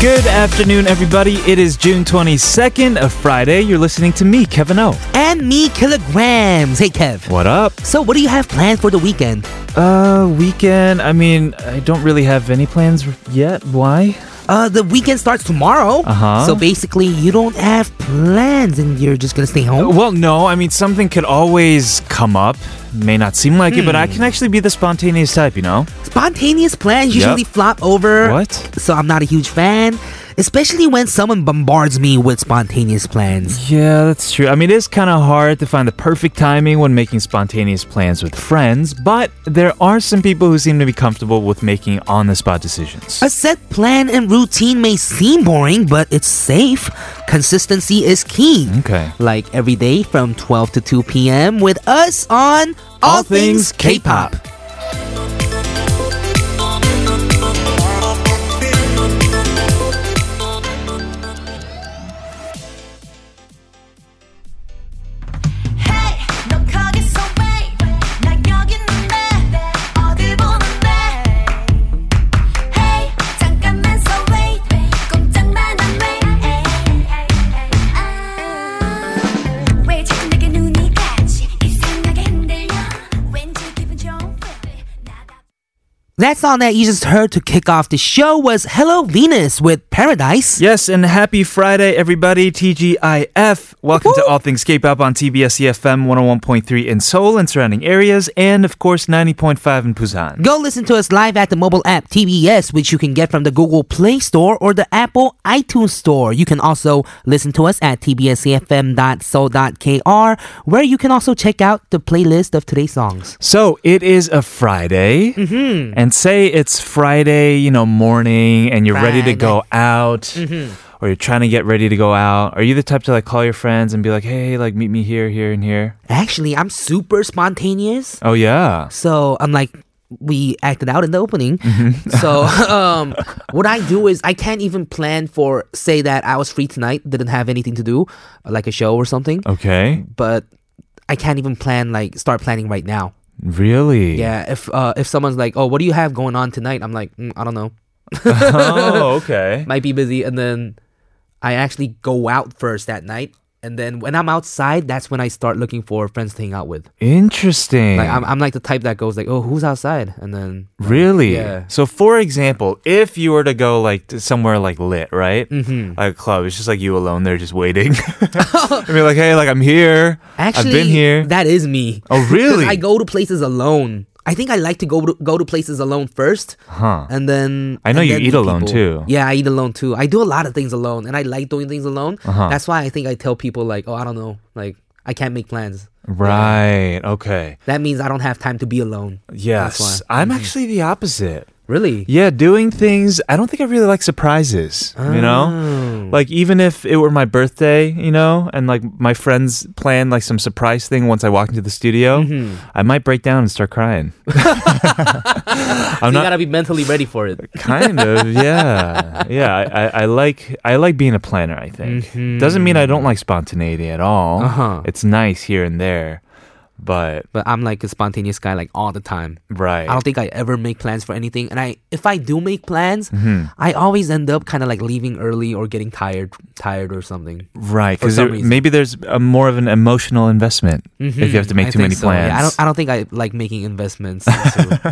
Good afternoon, everybody. It is June 22nd, a Friday. You're listening to me, Kevin O. And me, Kilograms. Hey, Kev. What up? So, what do you have planned for the weekend? Uh, weekend. I mean, I don't really have any plans yet. Why? Uh, the weekend starts tomorrow. Uh-huh. So basically, you don't have plans, and you're just gonna stay home. Uh, Well, no. I mean, something could always come up. May not seem like it, but I can actually be the spontaneous type, you know? Spontaneous plans usually flop over. What? So I'm not a huge fan, especially when someone bombards me with spontaneous plans. Yeah, that's true. I mean, it is kind of hard to find the perfect timing when making spontaneous plans with friends, but there are some people who seem to be comfortable with making on the spot decisions. A set plan and routine may seem boring, but it's safe. Consistency is key. Okay. Like every day from 12 to 2 p.m. with us on All Things K-Pop. Hey, 넌 거기서 왜? 나 여기 있는데 어디 보는데? Hey, 잠깐만 so wait, 꼼짝만 안 해. 아, 왜 자꾸 내게 눈이 가지? 이상하게 흔들려. 왠지 기분 좋은 feel. 나가. That song that you just heard to kick off the show was Hello Venus with Paradise. Yes, and happy Friday, everybody. TGIF. Welcome to All Things K-Pop on TBS EFM 101.3 in Seoul and surrounding areas, and of course 90.5 in Busan. Go listen to us live at the mobile app TBS, which you can get from the Google Play Store or the Apple iTunes Store. You can also listen to us at tbscfm.so.kr, where you can also check out the playlist of today's songs. So it is a Friday, Mm-hmm. and say it's Friday, you know, morning, and you're ready to go out. Mm-hmm. Or you're trying to get ready to go out. Are you the type to like call your friends and be like, "Hey, like meet me here, here, and here"? Actually, I'm super spontaneous. Oh yeah, So I'm like, we acted out in the opening. Mm-hmm. so um, what I do is I can't even plan for say that I was free tonight, didn't have anything to do, like a show or something. Oh. okay, But I can't even plan like start planning right now. really? Yeah, if uh, if someone's like, oh, what do you have going on tonight? I'm like, mm, I don't know, Oh, okay. might be busy, and then I actually go out first that night. And then when I'm outside, that's when I start looking for friends to hang out with. Interesting. Like I'm, I'm like the type that goes like, oh, who's outside? And then Really? Yeah. So, for example, if you were to go like to somewhere like lit, right? Mm-hmm. Like a club, it's just like you alone there, just waiting. I mean, like, hey, like I'm here. Actually, I've been here. That is me. Oh, 'Cause really? I go to places alone. I think I like to go to go to places alone first, huh? and then I know and you then eat meet alone, people. too. Yeah, I eat alone too. I do a lot of things alone, and I like doing things alone. Uh-huh. That's why I think I tell people like, oh, I don't know, like I can't make plans. Right. Okay. That means I don't have time to be alone. Yes. Mm-hmm. I'm actually the opposite. Really? Yeah, doing things. I don't think I really like surprises. You Ah. Oh. know, like even if it were my birthday, you know, and like my friends planned like some surprise thing once I walked into the studio, Mm-hmm. I might break down and start crying. I'm you not gotta be mentally ready for it. kind of yeah yeah I, I, I like i like being a planner i think doesn't mean i don't like spontaneity at all Mm-hmm. Uh-huh. it's nice here and there but But I'm like a spontaneous guy, like all the time. right I don't think I ever make plans for anything. And I, if I do make plans, Mm-hmm. I always end up kind of like leaving early or getting tired, tired or something. right for because some reason. maybe there's a more of an emotional investment if you have to make too Mm-hmm. I many think so, plans yeah. I don't. I don't think I like making investments. too.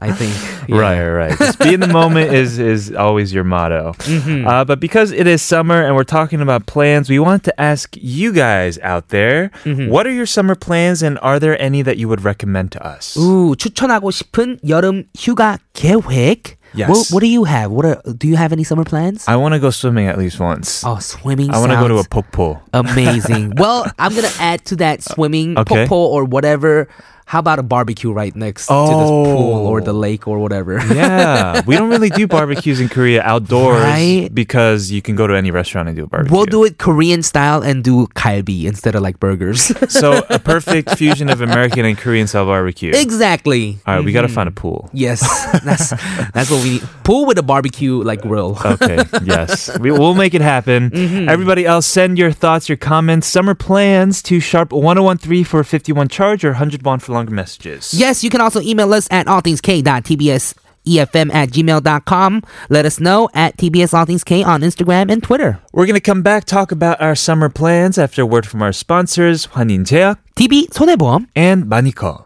I think. yeah. Right, right, right. Just be in the moment is is always your motto. Mm-hmm. Uh, but because it is summer and we're talking about plans, we want to ask you guys out there: Mm-hmm. What are your summer plans, and are there any that you would recommend to us? Ooh, 추천하고 싶은 여름 휴가 계획. Yes. What, what do you have? What are? Do you have any summer plans? I want to go swimming at least once. oh, swimming. I want to go to a sounds pokpo. amazing. well, I'm gonna add to that swimming, Okay. popo or whatever. How about a barbecue right next to this Oh. pool or the lake or whatever? Yeah, we don't really do barbecues in Korea outdoors Right? because you can go to any restaurant and do a barbecue. We'll do it Korean style and do kalbi instead of like burgers. So a perfect fusion of American and Korean style barbecue. exactly. All right, we got to find a Mm-hmm. pool. Yes, that's that's what we need. Pool with a barbecue like grill. Okay, yes. We, we'll make it happen. Mm-hmm. Everybody else, send your thoughts, your comments, summer plans to sharp1013 for 51 charge or 100 won for longer messages. yes, you can also email us at allthingsk.tbs EFM E at gmail.com. Let us know at TBS All Things K on Instagram and Twitter. We're going to come back, talk about our summer plans after a word from our sponsors, 환인제약 TB 손해보험. and Manico.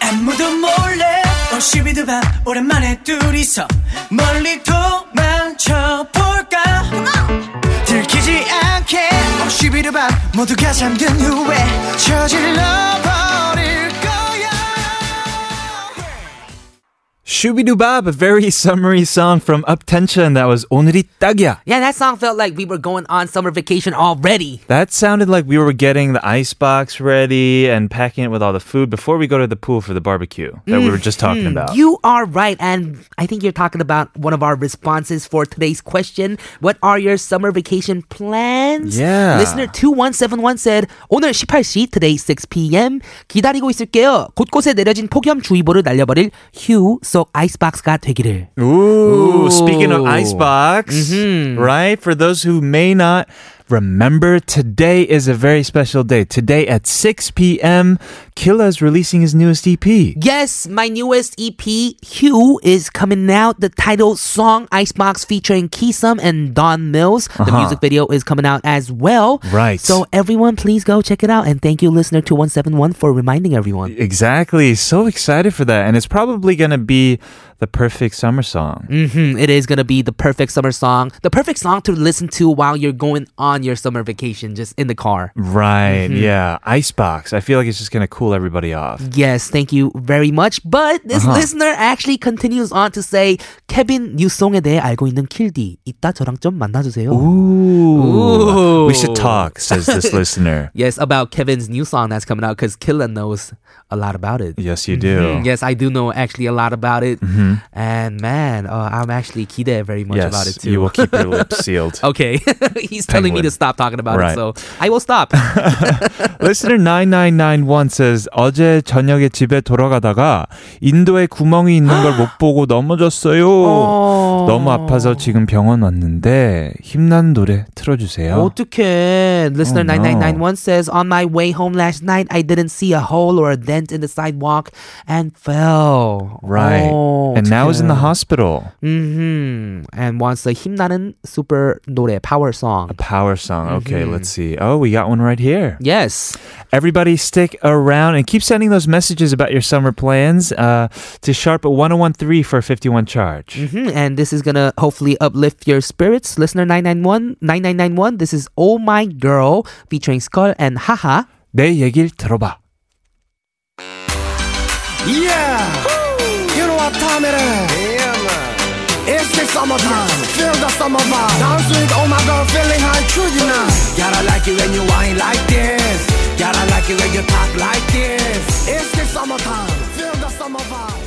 아무도 몰래 온 시비도 밤 오랜만에 둘이서 멀리 도망쳐볼까 들키지 않게 온 시비도 밤 모두가 잠든 후에 저질러버릴 거야 Shubidubab, a very summery song from Uptension. That was 오늘이 딱이야. Yeah, that song felt like we were going on summer vacation already. That sounded like we were getting the ice box ready and packing it with all the food before we go to the pool for the barbecue that we were just talking about. Mm-hmm. You are right. And I think you're talking about one of our responses for today's question. What are your summer vacation plans? Yeah. Listener 2171 said, 오늘 18시, today 6 p.m. 기다리고 있을게요. 곳곳에 내려진 폭염주의보를 날려버릴 휴 속 아이스박스가 되기를. Ooh, Ooh. Mm-hmm. speaking of Icebox, right? For those who may not remember, today is a very special day. Today at 6 p.m., Killa is releasing his newest E EP. Yes, my newest EP, Hue, is coming out. The title song Icebox featuring Keesum and Don Mills. The music video is coming out as well. Right. So everyone please go check it out. And thank you, listener 2171, for reminding everyone. Exactly. So excited for that. And it's probably going to be the perfect summer song. Mhm, It is gonna be the perfect summer song. The perfect song to listen to while you're going on your summer vacation, just in the car. Right. Mm-hmm. Yeah. Icebox. I feel like it's just going to cool everybody off. Yes, thank you very much. But this listener actually continues on to say, 케빈 뉴송에 대해 알고 있는 킬디 이따 저랑 좀 만나주세요. Ooh. We should Mm. Ooh. talk, says this listener. Yes, about Kevin's new song that's coming out because Killa knows a lot about it. Yes, you do. Mm-hmm. Mm, Yes, I do know actually a lot about it. And man, uh, I'm actually Kida very much Yes, about it too. you will keep your lips sealed. okay. He's telling me Penguin. to stop talking about Right. it, so I will stop. Listener 9991 says 어제 저녁에 집에 돌아가다가 인도에 구멍이 있는 걸 못 보고 넘어졌어요. 너무 아파서 지금 병원 왔는데 힘난 노래 틀어주세요. 어떡해. Listener Oh, no. 9991 says, On my way home last night, I didn't see a hole or a dent in the sidewalk and fell. Right. Oh, and now is in the 어떡해. hospital. Mhm. And wants a 힘나는 super 노래, power song. Power song. Okay, Mm-hmm. let's see. Oh, we got one right here. Yes. Everybody, stick around and keep sending those messages about your summer plans uh, to Sharp at 1013 for a 51 charge. Mhm, And this is gonna hopefully uplift your spirits, listener 991 9991. This is Oh My Girl featuring Skull and Haha. 내 얘기를 들어봐. Yeah You know what time it is It's the summertime Feel the summer vibe Dance with all my girl feeling high true tonight Gotta like it when you whine like this Gotta like it when you talk like this It's the summertime Feel the summer vibe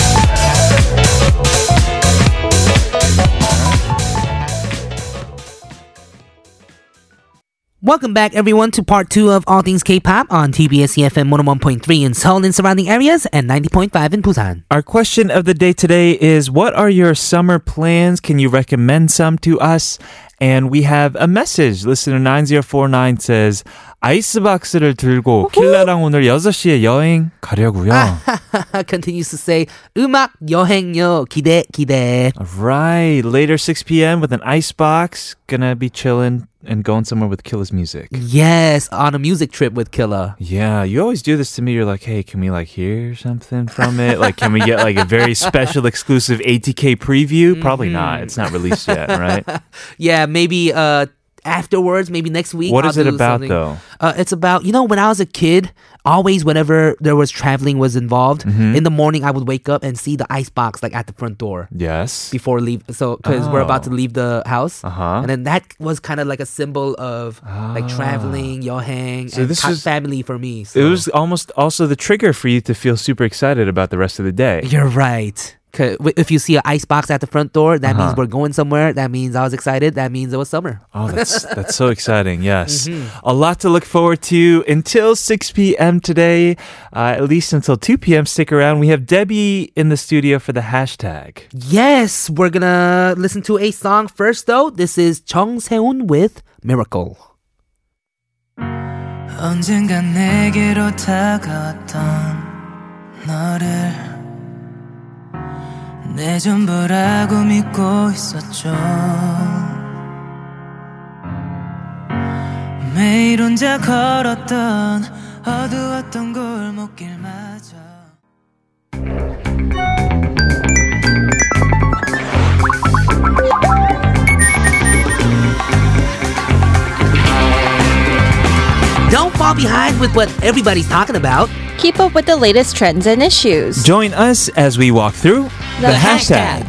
Welcome back, everyone, to part two of All Things K-pop on TBS EFM 101.3 in Seoul and surrounding areas and 90.5 in Busan. Our question of the day today is What are your summer plans? Can you recommend some to us? And we have a message. Listener 9049 says, 아이스박스를 들고 킬라랑 오늘 6시에 여행 가려고요. Continues to say, 음악 여행요 기대 기대. right. Later 6 p.m. with an icebox. Gonna be chilling and going somewhere with Killa's music. Yes, on a music trip with Killa. Yeah, you always do this to me. You're like, hey, can we like hear something from it? Like, can we get like a very special exclusive ATK preview? Probably not. It's not released yet, right? Yeah, maybe uh afterwards, maybe next week. What I'll is it do about, something. though? Uh, it's about you know when I was a kid, always whenever there was traveling was involved Mm-hmm. in the morning, I would wake up and see the ice box like at the front door Yes. before leave. So because we're about to Oh. leave the house, Uh-huh. Ah. and then that was kind of like a symbol of like traveling, yohang, So and this ca- was- family for me. It so. was almost also the trigger for you to feel super excited about the rest of the day. You're right. 'Cause w- If you see an ice box at the front door, that means Uh-huh. we're going somewhere. That means I was excited. That means it was summer. Oh, that's that's so exciting! Yes, a lot to look forward to until 6 p.m. today, uh, at least until 2 p.m. Stick around. We have Debbie in the studio for the hashtag. Yes, we're gonna listen to a song first though. This is Chung Seun with Miracle. 언젠가 내게로 다가왔던 너를 내 전부라고 믿고 있었죠 매일 혼자 걸었던 어두웠던 골목길마저 Don't fall behind with what everybody's talking about. Keep up with the latest trends and issues. Join us as we walk through the, hashtag.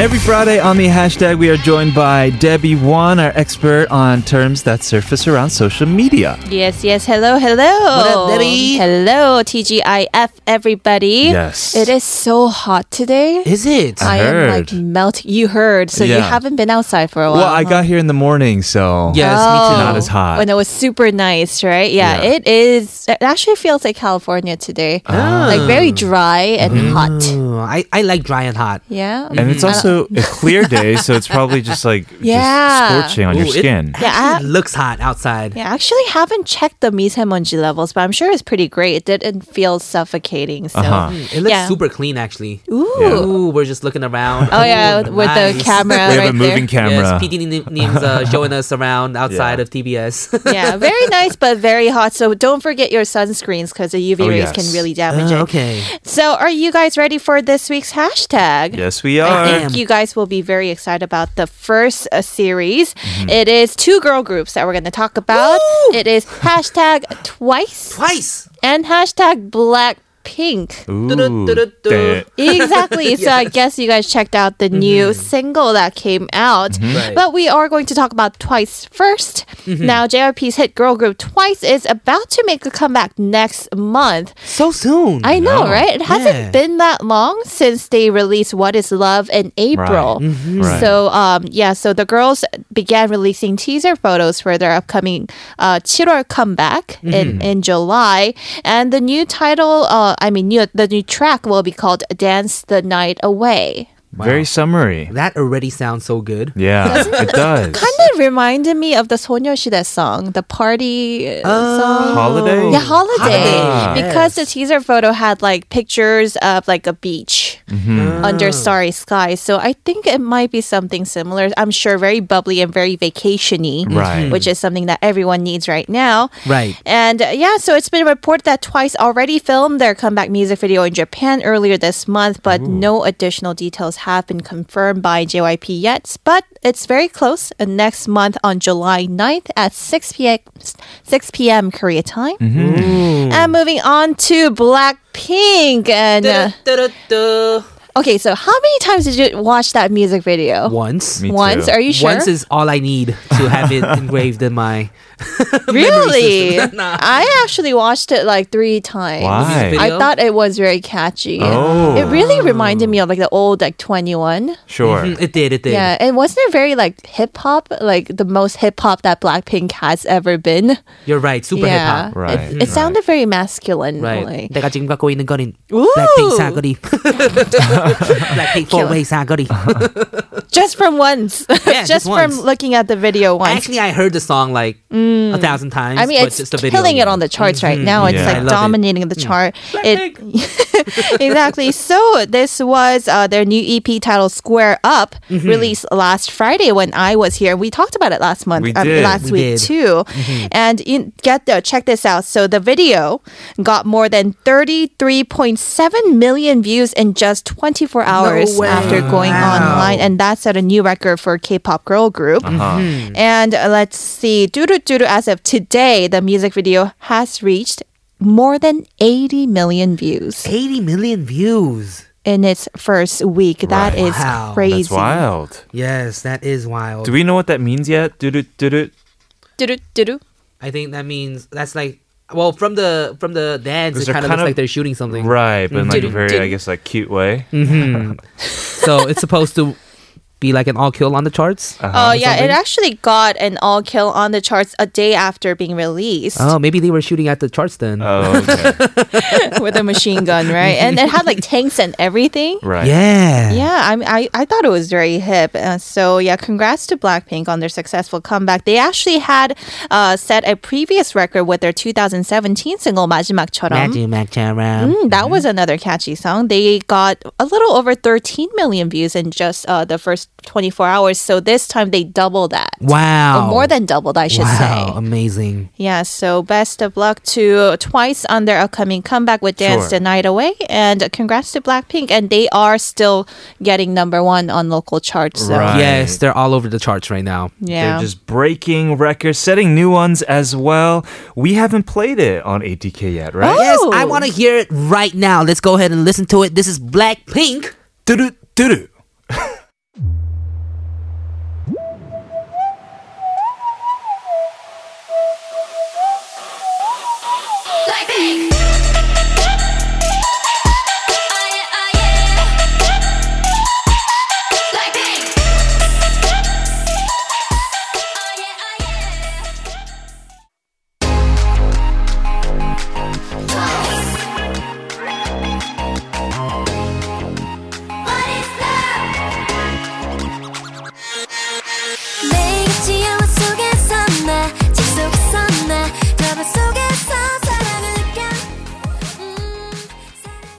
Every Friday on the hashtag, we are joined by Debbie Wan, our expert on terms that surface around social media. Yes, yes. Hello, hello. up, Debbie? Hello, TGIF, everybody. Yes. It is so hot today. Is it? I am like heard. melt. You heard, so you Yeah. haven't been outside for a while. Well, I huh? got here in the morning, so Yes, me too. Not as hot. When it was super nice, right? Yeah, Yeah. it is. It actually feels like California today. Ah. Like very dry and hot. Ooh, I, I like dry and hot. Yeah. Mm. And it's also a clear day, so it's probably just like Yeah. just scorching on your Ooh, it- skin. Yeah, I- Actually, it looks hot outside. Yeah, I actually haven't checked the misemonji levels, but I'm sure it's pretty great. It didn't feel suffocating. So, Uh-huh. Mm, It looks Yeah. super clean actually. ooh. Yeah. Ooh, we're just looking around. Oh yeah, with with the Nice. camera we have a right moving camera. Yes, PD Nim- Nim's uh, showing us around outside Yeah. of TBS. there. yeah, very nice, but very hot. So don't forget your sunscreens because the UV Oh, yes. rays can really damage Uh, it. okay. So, are you guys ready for this week's hashtag? Yes, we I are. think you guys will be very excited about the first uh, series. Mm-hmm. It is two girl groups that we're going to talk about. It is hashtag twice Twice. and hashtag black pink. Ooh, Du-du-du-du-du. that- Exactly. So I guess you guys checked out the new single that came out. Mm-hmm. Right. Mm-hmm. But we are going to talk about Twice 1st Now, JRP's hit girl group Twice is about to make a comeback next month. So soon. I know, right? It Yeah. hasn't been that long since they released What is Love in April. Mm-hmm. Right. So, um, yeah, so the girls began releasing teaser photos for their upcoming uh, 7월 comeback in, in July. And the new title, uh, I mean, new, the new track will be called Dance the Night Away. very summery. That already sounds so good. Yeah, it does. Kind of reminded me of the Sonyoshidae song, the party uh, song. Holiday. Yeah, holiday. Holiday, Because the teaser photo had like pictures of like a beach Mm-hmm. under starry sky. So I think it might be something similar. I'm sure very bubbly and very vacationy, Right. which is something that everyone needs right now. Right. And uh, yeah, so it's been reported that Twice already filmed their comeback music video in Japan earlier this month, but no additional details have been confirmed by JYP yet. But it's very close. And next month on July 9th at 6 p.m. 6 p.m. Korea time. Mm-hmm. And moving on to Blackpink. And uh, Du-du-du-du. okay, so how many times did you watch that music video? Once. Me Once? too. Are you sure? Once is all I need to have it engraved in my. really? system. Nah. I actually watched it like three times. Why? I thought it was very catchy. Oh. It really reminded me of like the old like 21. Sure. Mm, It did. It did. Yeah, and wasn't it very like hip hop? Like the most hip hop that Blackpink has ever been. You're right. Super yeah. hip hop. Right, It, it right. sounded very masculine. Right. Like. 내가 지금 갖고 있는 거는 Ooh. 블랙핑 사거리. 블랙핑 four way 사거리. Just from once. Yeah, just just from once. looking at the video once. Actually, I heard the song like a thousand times. Mm. I mean, but it's just a video, killing it yeah. on the charts right now. It's Yeah. I like love it. dominating the chart. It, exactly. So this was uh, their new EP titled "Square Up," Mm-hmm. released last Friday when I was here. We talked about it last month, We um, did. last We did. week Mm-hmm. too. And in, get the check this out. So the video got more than thirty three point seven million views in just twenty 24 hours way. after going Wow. online, and that set a new record for K-pop girl group. And uh, let's see, doodoo doodoo. As of today, the music video has reached more than 80 million views 80 million views. in its first week. That Wow. is That's crazy. That's wild. Yes, that is wild. Do we know what that means yet? Do do do do. Doodoo doodoo. I think that means that's like well from the from the dance 'Cause it they're kind of kind looks of- like they're shooting something. Right, but in like a Doodoo, very, I doodoo. guess, like cute way. so it's supposed to be like an all kill on the charts. Uh-huh. Oh yeah, it actually got an all kill on the charts a day after being released Oh, maybe they were shooting at the charts then. Oh, okay. with a machine gun, right? And it had like tanks and everything. right. yeah. Yeah, I, mean, I I thought it was very hip. Uh, so yeah, congrats to Blackpink on their successful comeback. They actually had uh, set a previous record with their 2017 single 마지막처럼. Magic Mac Charam. Mm, that was another catchy song. They got a little over 13 million views in just uh, the first 24 hours. So this time they double that. Wow. Or more than doubled, I should wow, say. amazing. Yeah, so best of luck to Twice on their upcoming comeback with Dance Sure. the Night Away. And congrats to Blackpink. And they are still getting number one on local charts. So. Right. Yes, they're all over the charts right now. Yeah. They're just breaking records, setting new ones as well. We haven't played it on ATK yet, right? Oh. Yes, I want to hear it right now. Let's go ahead and listen to it. This is Blackpink. Doo-doo, doo-doo. 매일 지하와 속에서 나, 집 속에서 나, 너만 속에서 사랑을 느껴. 음, 사랑을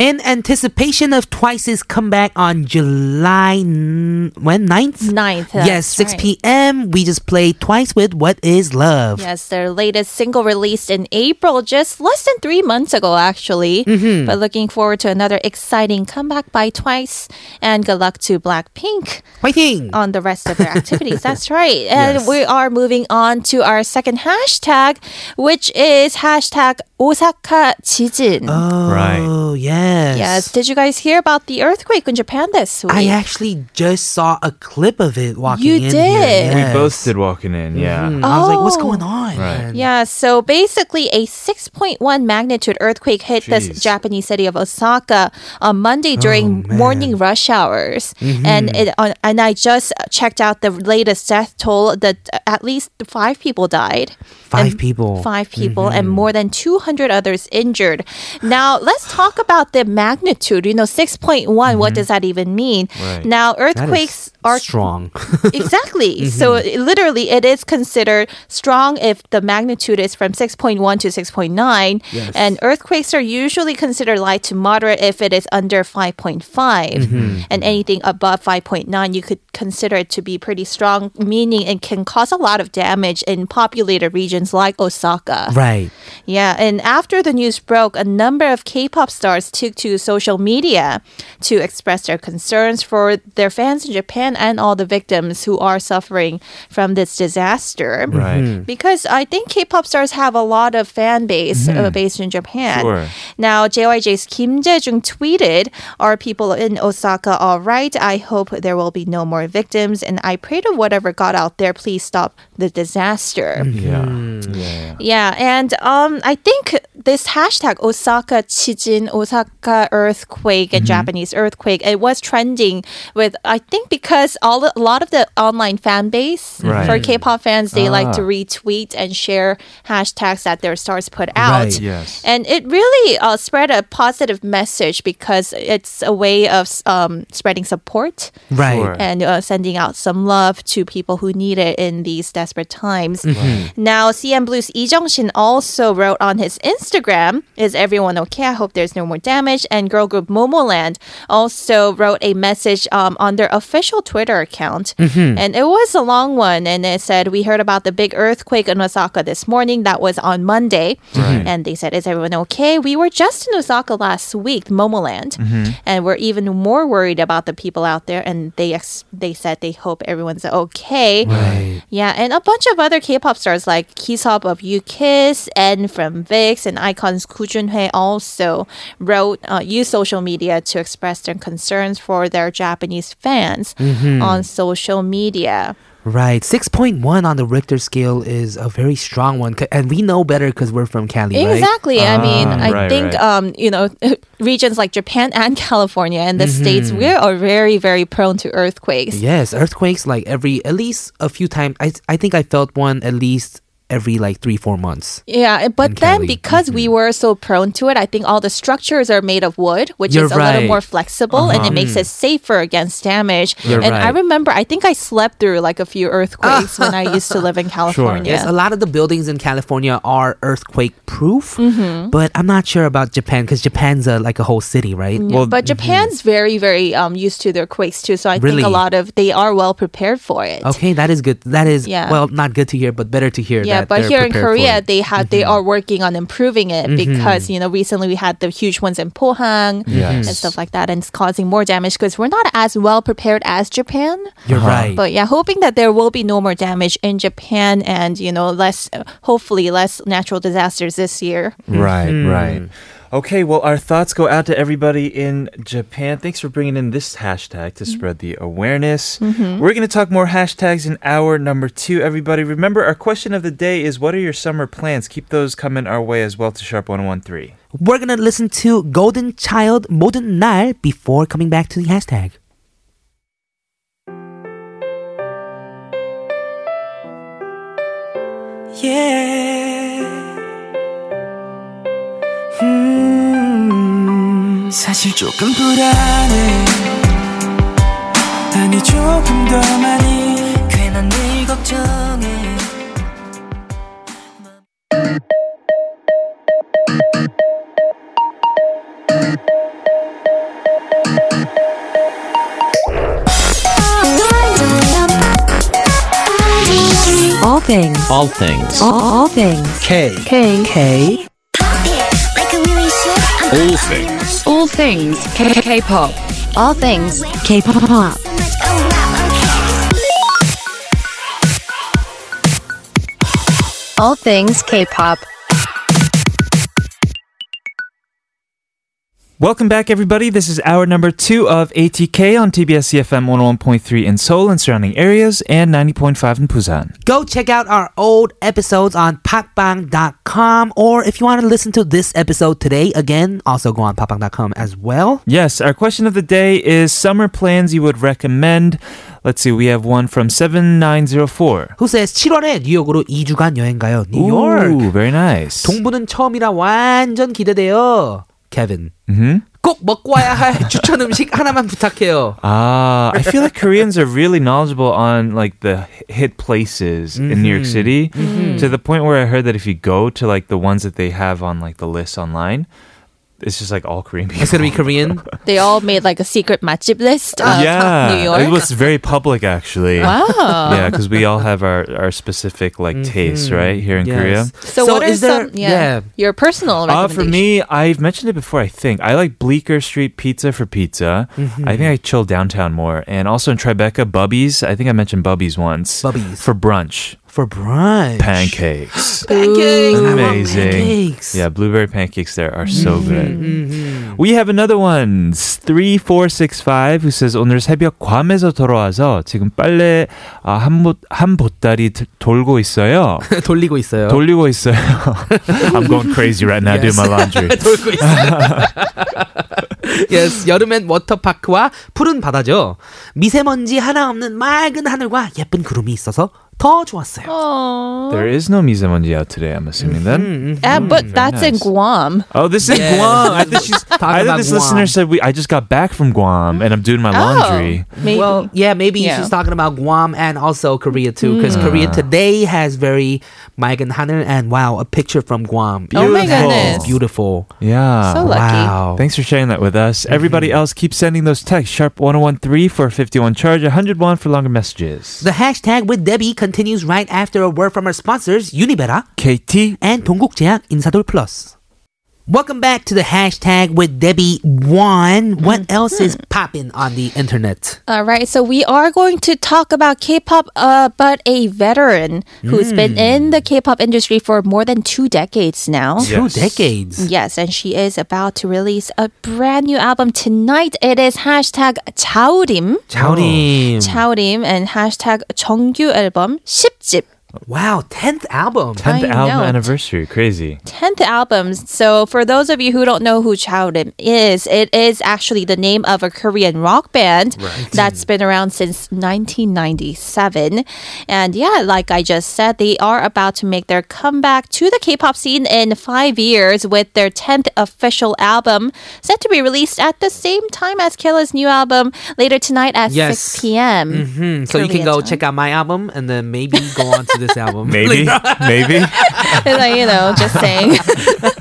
In anticipation of Twice's comeback on July n- when 9th? Ninth. yes, 6 p.m. We just played Twice with What Is Love. Yes, their latest single released in April, just less than three months ago, actually. Mm-hmm. But looking forward to another exciting comeback by Twice. And good luck to Blackpink. Fighting. on the rest of their activities. That's right. And Yes. we are moving on to our second hashtag, which is hashtag Osaka Chijin. Right. Oh, yes. yes. Did you guys hear about the earthquake in Japan this week? I actually just saw a clip of it walking You in here. did? We Yes. both did walking in, yeah. I was like, what's Oh. going on? Right. Yeah, so basically, a 6.1 magnitude earthquake hit Jeez. this Japanese city of Osaka on Monday during Oh, man. Mm-hmm. morning rush hours, and it on, and I just checked out the latest death toll. That at least five people died. Five And people. Five people, and more than 200 others injured. Now, let's talk about the magnitude. You know, 6one What does that even mean? Right. Now, Mm-hmm. That is earthquakes are strong. Mm-hmm. exactly. So it- literally, it is considered strong if the magnitude is from 6.1 to 6.9. And earthquakes are usually considered light to moderate if it is under 5.5. Mm-hmm. And anything above 5.9, you could consider it to be pretty strong, meaning it can cause a lot of damage in populated regions like Osaka. right. Yeah, and after the news broke, a number of K-pop stars took to social media to express their concerns for their fans in Japan and all the victims who are suffering from this disaster. Right. Because I think K-pop stars have a lot of fan base uh, based in Japan. Mm-hmm. Sure. Now, JYJ's Kim Jae-jung tweeted, "Are people in Osaka all right? I hope there will be no more victims, and I pray to whatever got out there, please stop the disaster." Yeah. yeah. Yeah, and um, I think this hashtag Osaka Chijin, Osaka earthquake, Mm-hmm. and Japanese earthquake, it was trending with I think because all a lot of the online fan base Right. for K-pop fans they like to Ah. retweet and share hashtags that their stars put out, Right. Yes. and it really uh, spread a positive message because it's a way of um, spreading support Right. Sure. and uh, sending out some love to people who need it in these desperate times. Now, CM Blues Lee Jung Shin also wrote on his Instagram is everyone okay? I hope there's no more damage. And girl group Momoland also wrote a message um, on their official Twitter account. And it was a long one. And it said, We heard about the big earthquake in Osaka this morning. That was on Monday. And they said, Is everyone okay? We were just in Osaka last week, Momoland. And we're even more worried about the people out there. And they, ex- they said they hope everyone's okay. Yeah, and a bunch of other K-pop stars like Kisop of UKIS and from VIX and Icons Kujunhae also wrote uh, used social media to express their concerns for their Japanese fans on social media. Right. 6.1 on the Richter scale is a very strong one. c- And we know better because we're from Cali, right? Exactly. I mean, I right, think right. um, you know regions like Japan and California and the Mm-hmm. states we are very very prone to earthquakes. Yes, earthquakes like every, at least a few times. I, I think I felt one at least every like three, four months. Yeah, it- but And then Kelly. because we Mm-hmm. were so prone to it, I think all the structures are made of wood, which You're is a little right. Uh-huh. more flexible and it makes it safer against damage. You're and I right. remember, I think I slept through like a few earthquakes when I used to live in California. Yes, a lot of the buildings in California are earthquake proof, Mm-hmm. but I'm not sure about Japan because Japan's a, like a whole city, right? Well, but Japan's very, very um, used to their quakes too, so I think Really? a lot of they are well prepared for it. Okay, that is good. That is Yeah. well, not good to hear, but better to hear. Yeah, that but they're here in prepared for Korea, it. they had they are working on improving it because you know recently we had the huge ones in Pohang and Yes. stuff like that, and it's causing more damage because we're not as well prepared as Japan. you're right. uh-huh. But yeah, hoping that there will be no more damage in Japan and you know less, hopefully less natural disasters this year. Right, right. Okay, well, our thoughts go out to everybody in Japan. Thanks for bringing in this hashtag to spread the awareness. We're going to talk more hashtags in hour number two, everybody. Remember, our question of the day is what are your summer plans? Keep those coming our way as well to Sharp1013. We're gonna listen to Golden Child 모든 날 before coming back to the hashtag. Yeah. 음, 사실 조금 불안해. 아니 조금 더 많이 괜한 일 걱정해. All things. All things. All, all things. K. K. Hey, All things. All things. K. K-pop. All things. K-pop. All things K-pop. Welcome back, everybody. This is hour number two of ATK on TBS CFM 101.3 in Seoul and surrounding areas and 90.5 in Busan. go check out our old episodes on popbang.com or if you want to listen to this episode today again, also go on popbang.com as well. Yes, our question of the day is summer plans you would recommend. Let's see, we have one from 7904. Who says 7월에 뉴욕으로 2주간 여행 가요? 뉴욕. Ooh, very nice. 동부는 처음이라 완전 기대돼요. Kevin. Mhm. 꼭 먹고 와야 할 추천 음식 하나만 부탁해요. Ah, I feel like Koreans are really knowledgeable on like the hi- hit places in New York Mm-hmm. City to the point where I heard that if you go to like the ones that they have on like the list online, it's just like all Korean people. It's gonna be Korean. They all made like a secret matchup list of yeah, New York. it was very public actually. wow. Yeah, because we all have our, our specific like tastes, right? Here in Korea. Mm-hmm. Yes. So, what are is there- some yeah, your personal Uh, recommendation? for me, I've mentioned it before, I think. I like Bleecker Street Pizza for pizza. Mm-hmm. I think I chill downtown more. And also in Tribeca, Bubby's. I think I mentioned Bubby's once. Bubby's. For brunch. for brunch. Pancakes. Pancakes. um, I want Amazing. Pancakes. Yeah, blueberry pancakes there are so good. We have another one. 3465 who says 오늘 새벽 괌에서 돌아와서 지금 빨래 아, 한, 보, 한 보따리 드- 돌고 있어요. 돌리고 있어요. 돌리고 있어요. I'm going crazy right now doing my laundry. 돌고 있어요. yes, 여름엔 워터파크와 푸른 바다죠. 미세먼지 하나 없는 맑은 하늘과 예쁜 구름이 있어서 더 좋았어요. Aww. There is no 미세먼지 out today. I'm assuming then. Yeah, but that's in nice. Guam. Oh, this is Yeah. Guam. I think she's. Talk I think about this Guam. listener said we. I just got back from Guam and I'm doing my laundry. Oh, maybe. Well, yeah, maybe Yeah. she's talking about Guam and also Korea too, because Mm. Korea today has very Megan Hanner and wow, a picture from Guam. Oh my Beautiful. goodness. beautiful. Yeah. So lucky. Wow. Thanks for sharing that with us. Everybody else, keep sending those texts. Sharp 1013 for a 51 charge, 101 for longer messages. The hashtag with Debbie continues right after a word from our sponsors, Unibera KT. and 동국제약 인사돌 플러스. Welcome back to the hashtag with Debbie One. What else is popping on the internet? All right, so we are going to talk about K-pop, uh, but a veteran who's been in the K-pop industry for more than two decades now. Yes. Two decades. Yes, and she is about to release a brand new album tonight. It is hashtag 자우림, Chowdim. 자우림, and hashtag 정규 앨범 10집. Wow, 10th album. 10th I album know. anniversary. Crazy. 10th album. So, for those of you who don't know who Chowdim is, it is actually the name of a Korean rock band that's been around since 1997. And yeah, like I just said, they are about to make their comeback to the K pop scene in five years with their 10th official album, set to be released at the same time as Killa's new album later tonight at Yes. 6 p.m. Hmm, so you can Korea go time. check out my album and then maybe go on to this album. Maybe. maybe. like, you know, just saying.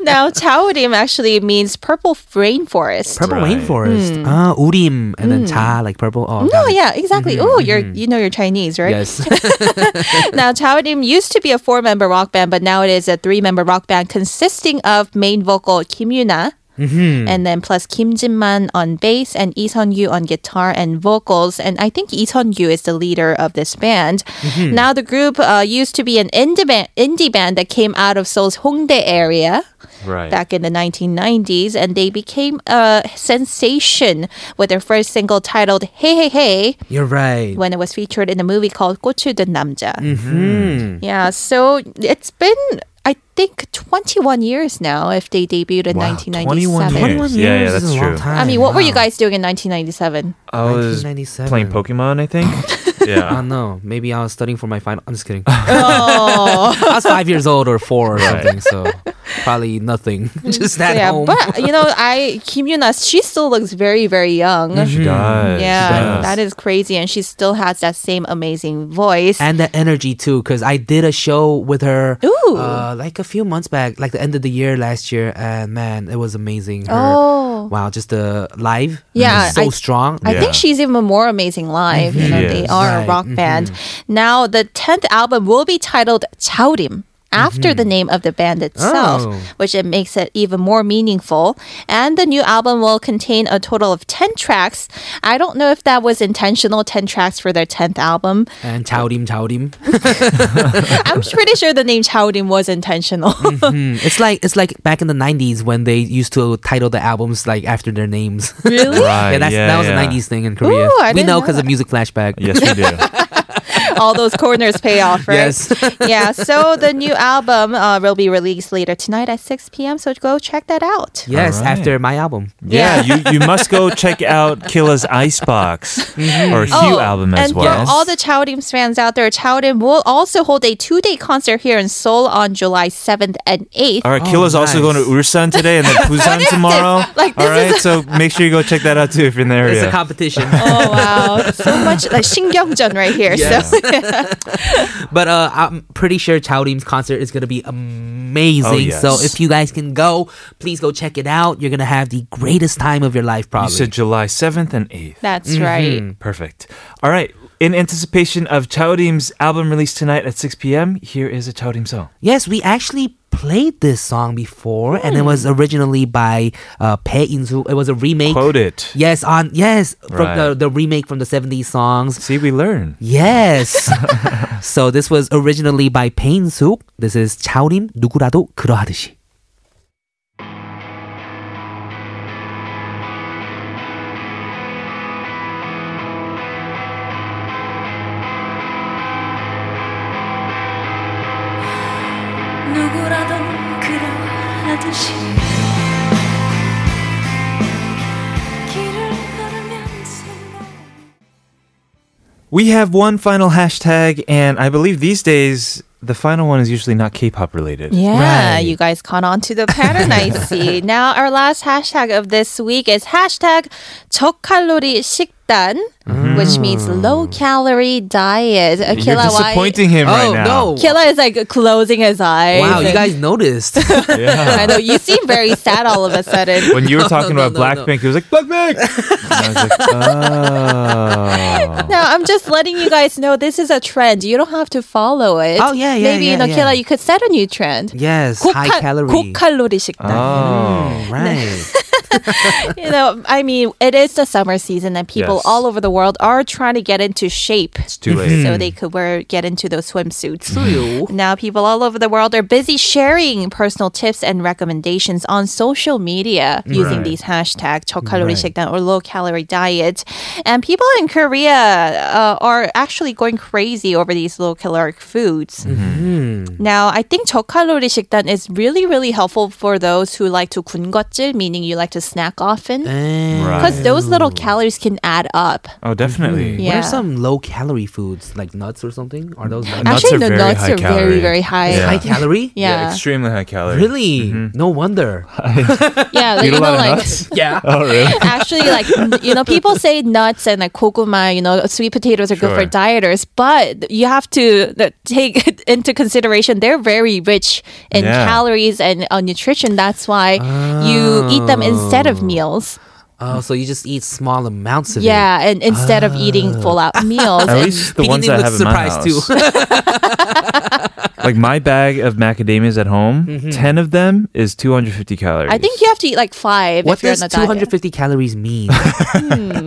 now, Chaorim actually means purple rainforest. Purple Right. rainforest. Ah, urim and then cha like purple. Oh, No, yeah, exactly. Oh, you're you know you're Chinese, right? Yes. now, Chaorim used to be a four-member rock band, but now it is a three-member rock band consisting of main vocal Kim Yuna. And then plus Kim Jin Man on bass and Lee Sun Yu on guitar and vocals. And I think Lee Sun Yu is the leader of this band. Now the group uh, used to be an indie band, indie band that came out of Seoul's Hongdae area. Right. back in the 1990s, and they became a sensation with their first single titled "Hey Hey Hey" You're right. when it was featured in a movie called "Gochu Den Namja." Mm-hmm. Yeah, so it's been I think 21 years now if they debuted in 1997. 21 years. Yeah, yeah, is that's a long true. time. I mean, what were you Wow. guys doing in 1997? I was 1997. playing Pokemon, I think. I yeah. don't know. Ah, Maybe I was studying for my final. I'm just kidding. Oh. I was five years old or four or something, so probably nothing. just at yeah, home. but you know, I Kim Yuna, she still looks very very young. Mm-hmm. She does. Yeah, She does. that is crazy, and she still has that same amazing voice. and the energy too, because I did a show with her. Ooh. Uh, like a few months back, like the end of the year last year, and man, it was amazing. Her, Oh. wow, just the live, Mm, Yeah, so I- strong. I think Yeah. she's even more amazing live. You know, She Mm-hmm. they is. are a Right, rock band. Now, the 10th album will be titled Chaurim. After the name of the band itself, Mm-hmm. Oh. which it makes it even more meaningful, and the new album will contain a total of ten tracks. I don't know if that was intentional, ten tracks for their tenth album. and Chowdim, Chowdim. I'm pretty sure the name Chaurim was intentional. Mm, It's like it's like back in the '90s when they used to title the albums like after their names. really? Right, yeah, that's, yeah, that was yeah. a '90s thing in Korea. Ooh, I we didn't know know because of music flashback. Yes, we do. all those corners pay off, right? Yes. yeah. So the new album uh, will be released later tonight at 6 p.m. So go check that out. Yes, Alright. after my album. Yeah, you, you must go check out Killa's Icebox or Hue album as Mm-hmm. Oh, and well. for all the Chowdim fans out there, Chowdim will also hold a two-day concert here in Seoul on July 7th and 8th. all right, Oh, Killa's also nice. going to Ulsan today and then Busan tomorrow. Like, all right, so make sure you go check that out too if you're in the It's area. a competition. Oh wow! So much like Shingyongjeon right here. So But uh, I'm pretty sure Chowdim's concert is gonna be amazing. Oh, yes. So if you guys can go, please go check it out. You're gonna have the greatest time of your life, you probably. said July 7th and 8th. that's right. Perfect. All right. In anticipation of Chowdim's album release tonight at 6 p.m., here is a Chowdim song. yes, we actually played this song before, and Hmm. it was originally by uh, Pae Insu. It was a remake. Quote it. Yes, on yes from the Right. the remake from the '70s songs. See, we learn. Yes. so this was originally by Pain Suk. This is 차오림 누구라도 그러하듯이. 누구라도 그러하듯이 길을 걸으면서 We have one final hashtag, and I believe these days the final one is usually not K-pop related. Yeah, Right. you guys caught on to the pattern, I see. Now, our last hashtag of this week is hashtag 저칼로리 식단, which means low calorie diet. Uh, Mm-hmm. You're Killa, why- disappointing him right Oh, now. no. Killa is like closing his eyes. Wow, you and- guys noticed. I know you seem very sad all of a sudden. When you were No, talking no, about no, no, no. Blackpink, it was like Blackpink. and I was like, oh. No, I'm just letting you guys know this is a trend. You don't have to follow it. Oh, yeah, yeah, Maybe you yeah, know, yeah. Killa, you could set a new trend. yes, high calorie. Uh-huh. 고칼로리 식단. Oh. Mm. right. you know, I mean, it is the summer season, and people Yes. all over the world are trying to get into shape. It's too late. So they could wear get into those swimsuits. Now people all over the world are busy sharing personal tips and recommendations on social media using Right. these hashtags 저칼로리 식단 or low calorie diet. And people in Korea uh, are actually going crazy over these low caloric foods. Now, I think 저칼로리 식단 is really, really helpful for those who like to 군것질, meaning you like to snack often. Because Right. those little calories can add up. Oh, definitely. Yeah. What are some low calorie foods like nuts or something? Are those nuts? Nuts Actually, are no, very nuts high are very, calorie. very high. Yeah. High calorie? Yeah. extremely high calorie. Really? Mm-hmm. No wonder. Yeah, You you eat a know, lot of like nuts? Yeah. Oh, really? actually, like n- you know, people say nuts and like kokuma, you know, sweet potatoes are good for Sure. dieters, but you have to uh, take it into consideration they're very rich in Yeah. calories and uh, nutrition. That's why you eat them instead of meals. Oh, so you just eat small amounts of it. Yeah, and instead of eating full out meals. Ah. At And- least the He ones didn't I look have in my surprised, too. house. like my bag of macadamias at home, ten of them is 250 calories. Mm-hmm. I think you have to eat like five What if you're Hmm. does on a diet. 250 calories mean?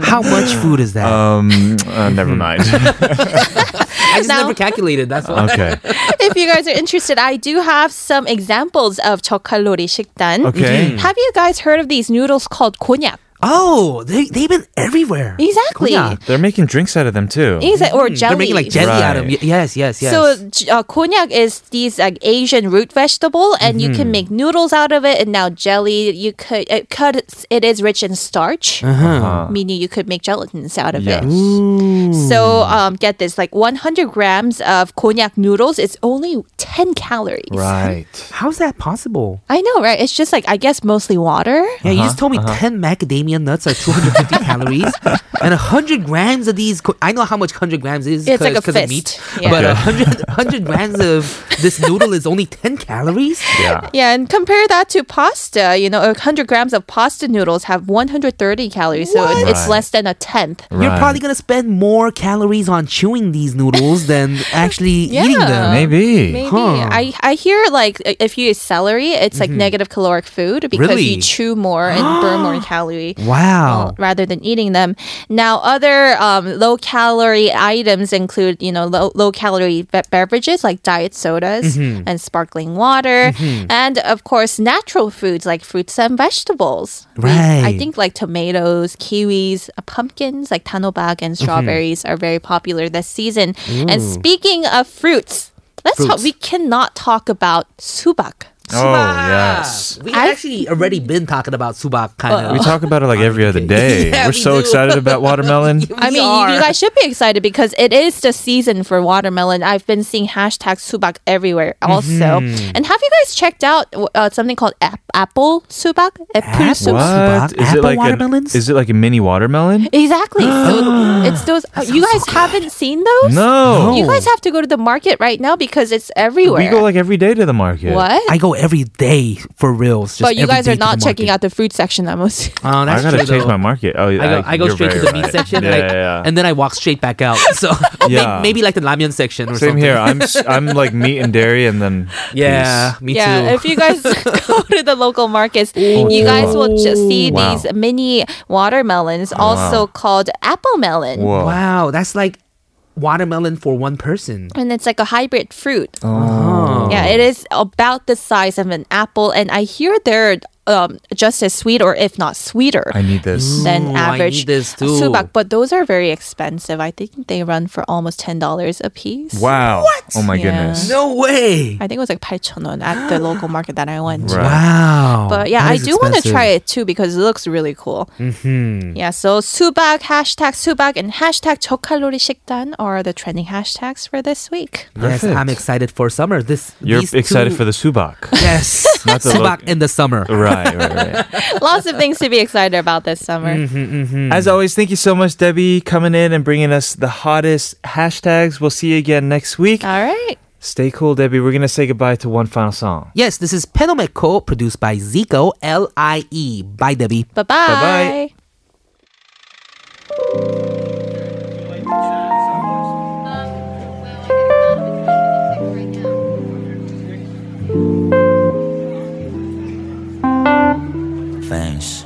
How much food is that? Um, uh, never mind. I just now- never calculated. That's why. okay. if you guys are interested, I do have some examples of 저칼로리 식단. Okay. Have you guys heard of these noodles called konyak? Oh, they they've been everywhere. Exactly. Konjac. They're making drinks out of them too. Exact- or jelly. Mm, They're making like jelly out of Right. yes, yes, yes. So j- uh, konjac is these like Asian root vegetable, and you Mm-hmm. can make noodles out of it. And now jelly, you could it could it is rich in starch, Uh-huh. meaning you could make gelatins out of Yes. it. So um, get this, like 100 grams of konjac noodles is only 10 calories. Right. how's that possible? I know, right? It's just like I guess mostly water. Yeah, you Uh-huh, just told me 10 macadamia nuts are 250 calories and 100 grams of these. Co- I know how much 100 grams is It's like a because of fist. meat. Yeah. But Okay. 100, 100 grams of this noodle is only 10 calories? Yeah. Yeah, and compare that to pasta. You know, 100 grams of pasta noodles have 130 calories, so it- it's Right. less than a tenth. Right. You're probably going to spend more calories on chewing these noodles than actually eating them. Uh, Yeah. Maybe. Maybe Huh. Mm-hmm. I, I hear like i- if you eat celery, it's like negative caloric food because Really? you chew more and burn more calorie. Wow. uh, Rather than eating them. Now, other um, low calorie items include, you know, low, low calorie be- beverages like diet sodas Mm-hmm. and sparkling water, and of course, natural foods like fruits and vegetables. We- I Right. think like tomatoes, kiwis, uh, pumpkins like tanobag and Mm-hmm. strawberries are very popular this season. And speaking of fruits, let's talk. Fruits. We cannot talk about subak. Oh yes. We've I- actually already been talking about subak kind of. We talk about it like every other day. Yeah, We're we so do. excited about watermelon. I mean, you- you guys should be excited because it is the season for watermelon. I've been seeing hashtag subak everywhere also. Mm-hmm. And have you guys checked out uh, something called ap- apple subak? Apple Apple? subak? What? Is Apple it like watermelons? A, is it like a mini watermelon? Exactly. So it's those. uh, you guys haven't seen those? No. You guys have to go to the market right now because it's everywhere. We go like every day to the market. what? I go every day for reals. Just but you every guys are day to not the checking market. out the fruit section, I'm assuming. Oh, I that's gotta true, change though. my market. Oh, I go, I go you're straight to very the meat right. section, Yeah, and, I, yeah, yeah. and then I walk straight back out. So oh, may- Yeah. maybe like the ramyun section or Same something. here. I'm s- I'm like meat and dairy, and then Yeah, me yeah, too. Oh, if you guys go to the local markets, you guys will just see Wow. these mini watermelons, also called apple melon. peace. Whoa. wow, that's like watermelon for one person. And it's like a hybrid Oh. fruit. Yeah, it is about the size of an apple, and I hear they're um, just as sweet or if not sweeter I need this. than Ooh, I need average this too. subak. But those are very expensive. I think they run for almost ten dollars a piece. Wow. Oh my Yeah. goodness. No way. I think it was like 8,000 at the local market that I went to. Right. Wow. But yeah, That I is do want to expensive. try it too because it looks really cool. Mm-hmm. Yeah, so subak, hashtag subak, and hashtag 저칼로리 식단 are the trending hashtags for this week. Yes, Perfect. I'm excited for summer. This You're these excited two- for the subak. yes, Not the subak look- in the summer. right, right, right. Lots of things to be excited about this summer. Hmm. As always, thank you so much, Debbie, coming in and bringing us the hottest hashtags. We'll see you again next week. All right. Stay cool, Debbie. We're going to say goodbye to one final song. Yes, this is Penomeco, produced by Zico L I E. Bye, Debbie. Bye Bye-bye. bye. Thanks.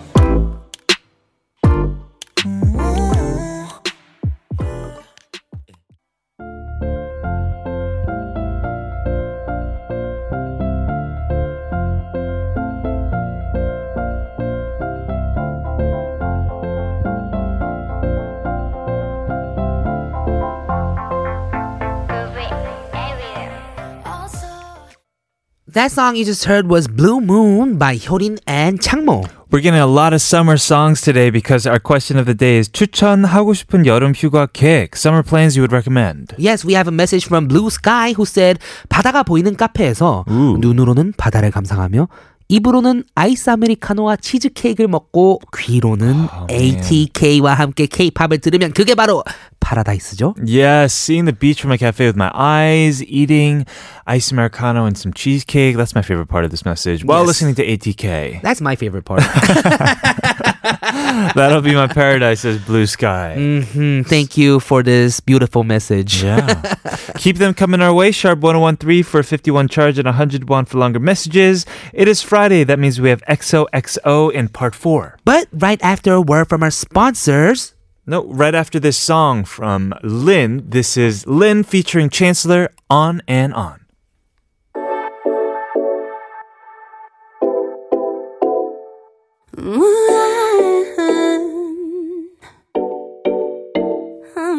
That song you just heard was Blue Moon by Hyorin and Changmo. We're getting a lot of summer songs today because our question of the day is 추천하고 싶은 여름 휴가 계획, summer plans you would recommend. Yes, we have a message from Blue Sky who said 바다가 보이는 카페에서 Ooh. 눈으로는 바다를 감상하며 입으로는 아이스 아메리카노와 치즈케이크를 먹고 귀로는 Oh, ATK와 함께 K-팝을 들으면 그게 바로 파라다이스죠. Yes, seeing the beach from a cafe with my eyes, eating ice americano and some cheesecake. That's my favorite part of this message. While Yes. listening to ATK, That's my favorite part. that'll be my paradise is blue sky. hmm Thank you for this beautiful message. Yeah. Keep them coming our way. Sharp 1013 for a 51 charge and 100 won for longer messages. It is Friday. That means we have XOXO in part four. But right after a word from our sponsors, No, right after this song from Lynn, this is Lynn featuring Chancellor on and on. 무한 oh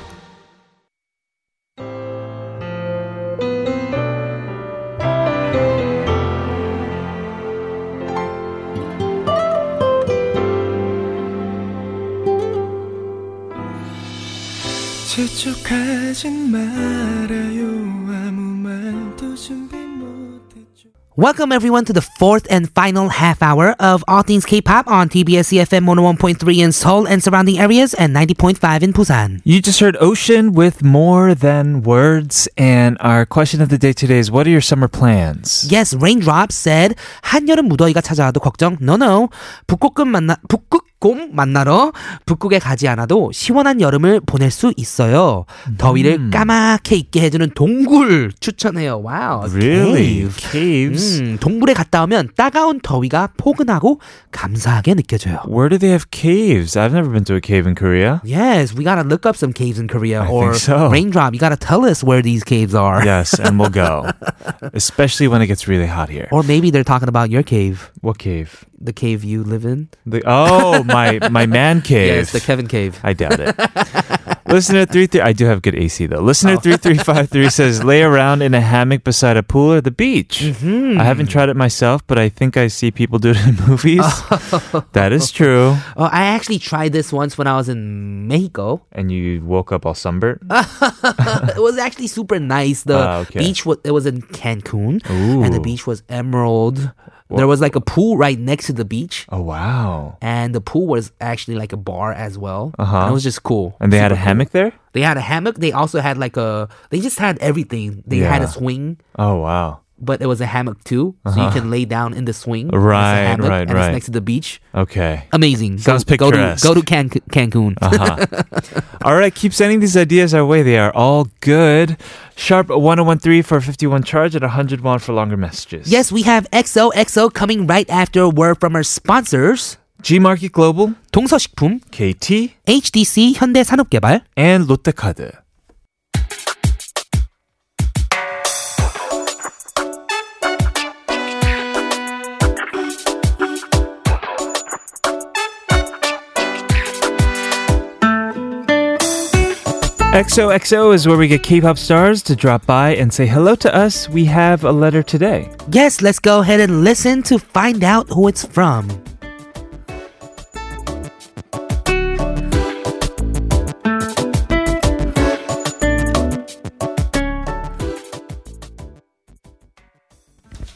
welcome everyone to the fourth and final half hour of All Things K-pop on TBS EFM 101.3 in Seoul and surrounding areas and 90.5 in Busan. You just heard Ocean with More Than Words. And our question of the day today is what are your summer plans? Yes, Raindrop said 한여름 무더위가 찾아와도 걱정 no no 북극곰 만나 북극곰 만나러 북극에 가지 않아도 시원한 여름을 보낼 수 있어요. 음. 더위를 까맣게 잊게 해주는 동굴 추천해요. 와우. Really? cave. Hmm. Caves? 음, 동굴에 갔다 오면 따가운 더위가 포근하고 감사하게 느껴져요. Where do they have caves? I've never been to a cave in Korea. Yes, we gotta look up some caves in Korea I or think so. Raindrop. You gotta tell us where these caves are. Yes, and we'll go. Especially when it gets really hot here. Or maybe they're talking about your cave, What cave? the cave you live in. The, oh, my my man cave. Yes, the Kevin cave. I doubt it. Listener three three, I do have good AC though. Oh. Listener three three five three says, lay around in a hammock beside a pool or the beach. Mm-hmm. I haven't tried it myself, but I think I see people do it in movies. that is true. Oh, I actually tried this once when I was in Mexico. Uh, And you woke up all sunburnt. Ah. it was actually super nice. The Ah, okay. beach was it was in Cancun, and the Ooh. beach was emerald. There was like a pool right next to the beach, oh wow! and the pool was actually like a bar as well. Uh-huh. And it was just cool. And they had a Super cool. hammock there. They had a hammock. They also had like a. They just had everything. They had Yeah. a swing. Oh wow! but it was a hammock too, so you can lay down in the swing. and it's a Uh-huh. Right, hammock, right, and right. It's next to the beach. Okay. Amazing. Sounds go, picturesque. Uh-huh. Go to, go to Can- Cancun. All right, keep sending these ideas our way. They are all good. Sharp 1013 for 51 charge and 100 won for longer messages. yes, we have XOXO coming right after a word from our sponsors. G Market Global, 동서식품, KT, HDC 현대산업개발. and Lottecard. XOXO is where we get K pop stars to drop by and say hello to us. We have a letter today. Yes, let's go ahead and listen to find out who it's from.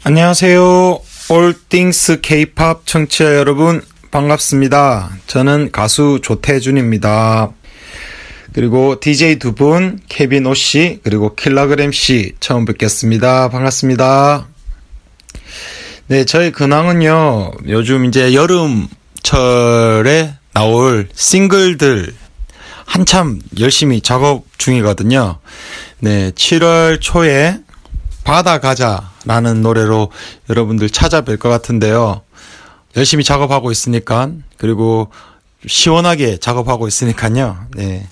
안녕하세요. 올띵스 케이팝 청취자 여러분 반갑습니다. 저는 가수 조태준입니다. 그리고 DJ 두 분 케빈 오씨 그리고 킬라그램 씨 처음 뵙겠습니다. 반갑습니다. 네, 저희 근황은요. 요즘 이제 여름철에 나올 싱글들 한참 열심히 작업 중이거든요. 네, 7월 초에 바다 가자라는 노래로 여러분들 찾아뵐 것 같은데요. 열심히 작업하고 있으니까 그리고 시원하게 작업하고 있으니까요. 네.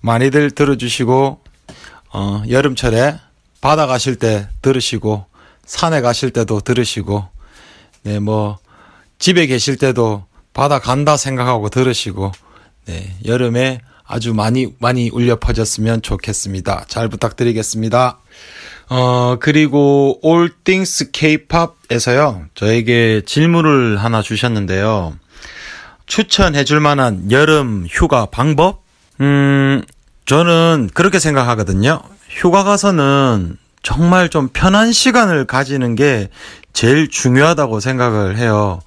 많이들 들어주시고 어, 여름철에 바다 가실 때 들으시고 산에 가실 때도 들으시고 네, 뭐 집에 계실 때도 바다 간다 생각하고 들으시고 네, 여름에 아주 많이 많이 울려 퍼졌으면 좋겠습니다. 잘 부탁드리겠습니다. 어, 그리고 올 띵스 케이팝에서요. 저에게 질문을 하나 주셨는데요. 추천해 줄 만한 여름 휴가 방법? 음, 저는 그렇게 생각하거든요. 휴가 가서는 정말 좀 편한 시간을 가지는 게 제일 중요하다고 생각을 해요.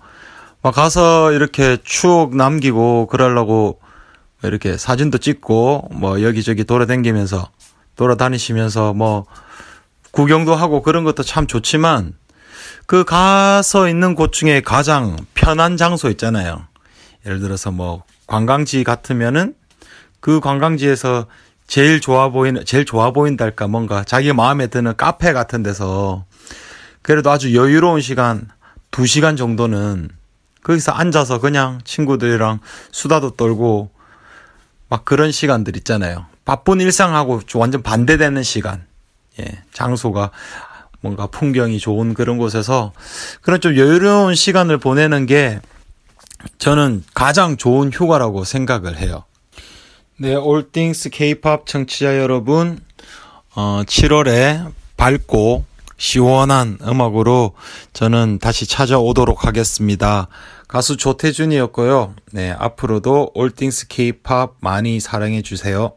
막 가서 이렇게 추억 남기고 그러려고 이렇게 사진도 찍고 뭐 여기저기 돌아다니면서 돌아다니시면서 뭐 구경도 하고 그런 것도 참 좋지만 그 가서 있는 곳 중에 가장 편한 장소 있잖아요. 예를 들어서 뭐 관광지 같으면은 그 관광지에서 제일 좋아 보이는 제일 좋아 보인달까 뭔가 자기 마음에 드는 카페 같은 데서 그래도 아주 여유로운 시간 두시간 정도는 거기서 앉아서 그냥 친구들이랑 수다도 떨고 막 그런 시간들 있잖아요. 바쁜 일상하고 완전 반대되는 시간. 예, 장소가 뭔가 풍경이 좋은 그런 곳에서 그런 좀 여유로운 시간을 보내는 게 저는 가장 좋은 휴가라고 생각을 해요. 네, 올띵스 케이팝 청취자 여러분, 어, 7월에 밝고 시원한 음악으로 저는 다시 찾아오도록 하겠습니다. 가수 조태준이었고요. 네, 앞으로도 올띵스 케이팝 많이 사랑해 주세요.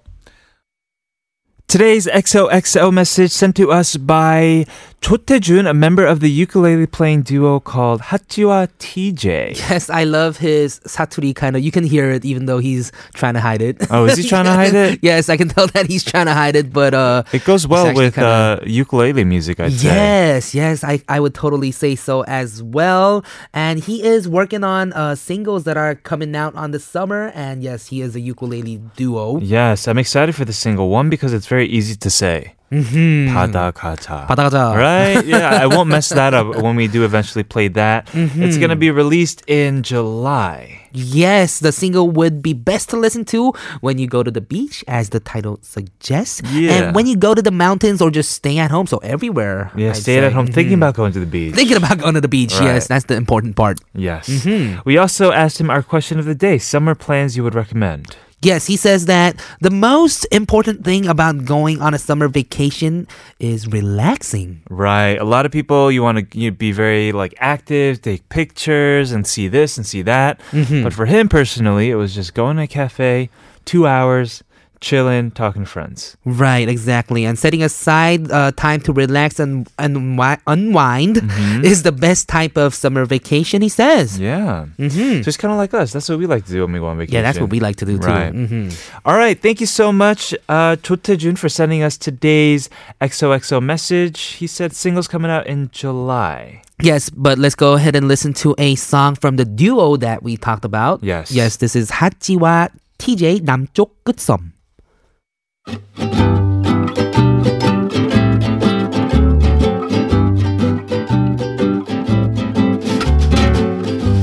Today's XOXO message sent to us by Cho Tae-jun, a member of the ukulele playing duo called Hachiwa TJ. Yes, I love his saturi kind of. You can hear it even though he's trying to hide it. Oh, is he trying to hide it? yes, I can tell that he's trying to hide it, but uh It goes it's well actually with kinda- uh, ukulele music, I'd say. Yes, yes, I, I would totally say so as well. And he is working on uh, singles that are coming out on the summer. And yes, he is a ukulele duo. Yes, I'm excited for the single one because it's very easy to say. Mm-hmm. 바다 가자. 바다 가자. Right? Yeah, I won't mess that up when we do eventually play that. Mm-hmm. It's going to be released in July. Yes, the single would be best to listen to when you go to the beach, as the title suggests, Yeah. and when you go to the mountains or just staying at home. So everywhere. Yeah, I'd stay at say. home thinking about going to the beach. Thinking about going to the beach. Yes, Right. that's the important part. Yes. Mm-hmm. We also asked him our question of the day summer plans you would recommend. Yes, he says that the most important thing about going on a summer vacation is relaxing. Right. A lot of people, you want to you know, be very like active, take pictures and see Mm-hmm. this and see that. But for him personally, it was just going to a cafe, two hours, chilling, talking to friends. Right, exactly. And setting aside uh, time to relax and, and unwi- unwind Mm-hmm. is the best type of summer vacation, he says. Yeah. Mhm. Just kind of like us. That's what we like to do when we go on vacation. Yeah, that's what we like to do too. Right. hmm All right. Thank you so much, uh, Cho Tae-jun, for sending us today's XOXO message. He said singles coming out in July. Yes, but let's go ahead and listen to a song from the duo that we talked about. Yes. Yes, this is 하찌와 TJ 남쪽 끝섬.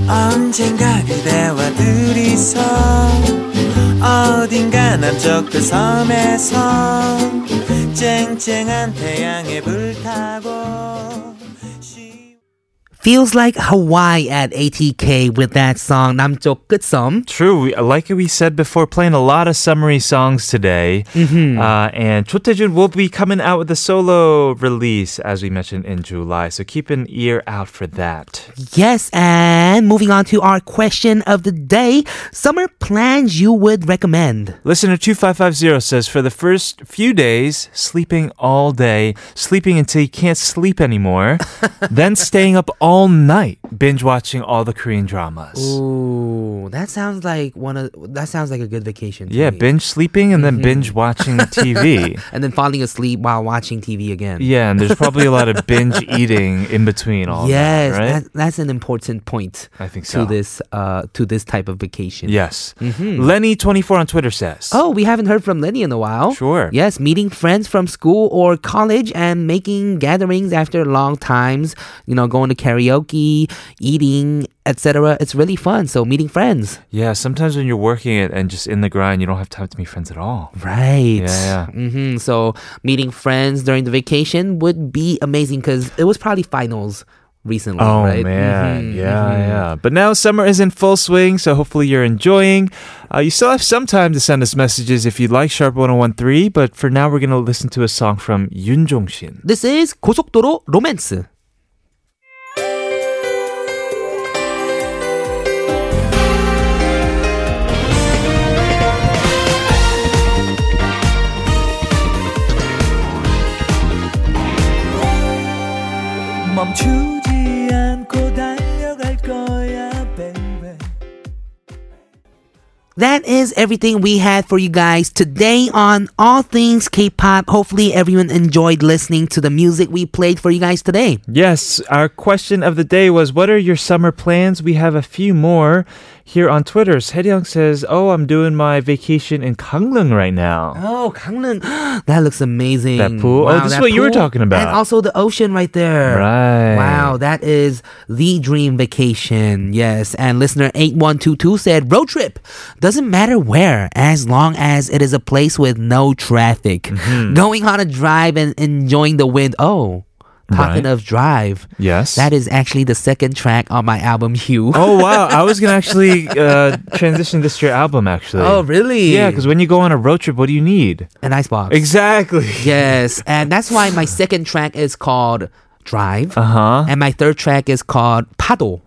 언젠가 그대와 둘이서 어딘가 남쪽 그 섬에서 쨍쨍한 태양에 불타고 쉬- Feels like Hawaii at ATK with that song 남쪽 끝섬. True. We, uh, like we said before, playing a lot of summery songs today. Mm-hmm. Uh, and Cho Tae-jun will be coming out with a solo release, as we mentioned, in July. So keep an ear out for that. Yes, and moving on to our question of the day, summer plans you would recommend. Listener 2550 says, for the first few days, sleeping all day, sleeping until you can't sleep anymore, then staying up all night, binge watching all the Korean dramas. Ooh, that sounds like one of that sounds like a good vacation. to Yeah, me. binge sleeping and then Mm-hmm. binge watching TV. and then falling asleep while watching TV again. yeah, and there's probably a lot of binge eating in between all yes, that, right? that- that's an important point I think so. to this uh to this type of vacation. Yes. Mm-hmm. Lenny24 on Twitter says, Oh, we haven't heard from Lenny in a while. Sure. Yes, meeting friends from school or college and making gatherings after long times, you know, going to karaoke, eating, etc. It's really fun. So meeting friends. Yeah, sometimes when you're working it and just in the grind, you don't have time to meet friends at all. Right. Yeah, yeah. hmm So meeting friends during the vacation would be amazing because it was probably finals recently. Oh right? man, Mhm, yeah, mhm. yeah. But now summer is in full swing, so hopefully you're enjoying. Uh, you still have some time to send us messages if you'd like Sharp 1013, but for now we're gonna listen to a song from Yoon Jong Shin. This is 고속도로 로맨스. 멈추지 않고 달려갈 거야 baby That is everything we had for you guys today on All Things K-pop. Hopefully everyone enjoyed listening to the music we played for you guys today. Yes, our question of the day was what are your summer plans? We have a few more here on Twitter. Young says, "Oh, I'm doing my vacation in Gangneung right now." Oh, Gangneung. That looks amazing. That pool. Oh, this is that what you were talking about. And also the ocean right there. Right. Wow, that is the dream vacation. Yes. And listener 8122 said, road trip. Doesn't matter where, as long as it is a place with no traffic. Mm-hmm. Going on a drive and enjoying the wind. Oh, Right. talking of drive. Yes. That is actually the second track on my album, Hue. Oh wow! I was gonna actually uh, transition this to your album, actually. Oh, really? Yeah, because when you go on a road trip, what do you need? An icebox. Exactly. Yes, and that's why my second track is called Drive, Uh-huh. and my third track is called Paddle.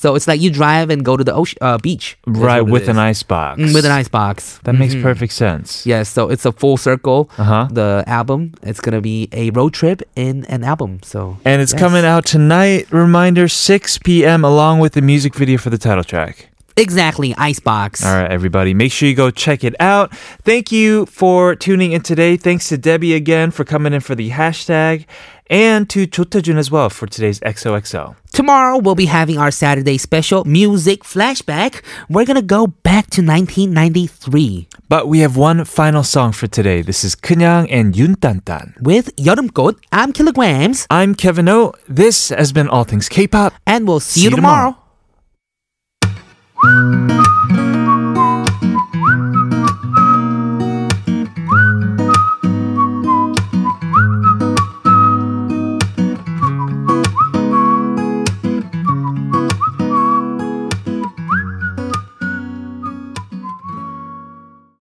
So it's like you drive and go to the ocean, uh, beach, is Right, what with it an is. icebox. Mm, with an Mm-hmm. icebox. That makes perfect sense. Yes, so it's a full circle. Uh-huh. The album it's gonna be a road trip in an album. So And it's yes. coming out tonight. Reminder 6 p.m. along with the music video for the title track. exactly icebox. All right, everybody. Make sure you go check it out. Thank you for tuning in today. Thanks to Debbie again for coming in for the hashtag and to Chotajun as well for today's XOXO. Tomorrow we'll be having our Saturday special music flashback. We're gonna go back to 1993 But we have one final song for today. This is Kenyang and Yuntantan. with 여름꽃. I'm Kilograms, I'm Kevin O. This has been All Things K-pop. and we'll see, you tomorrow.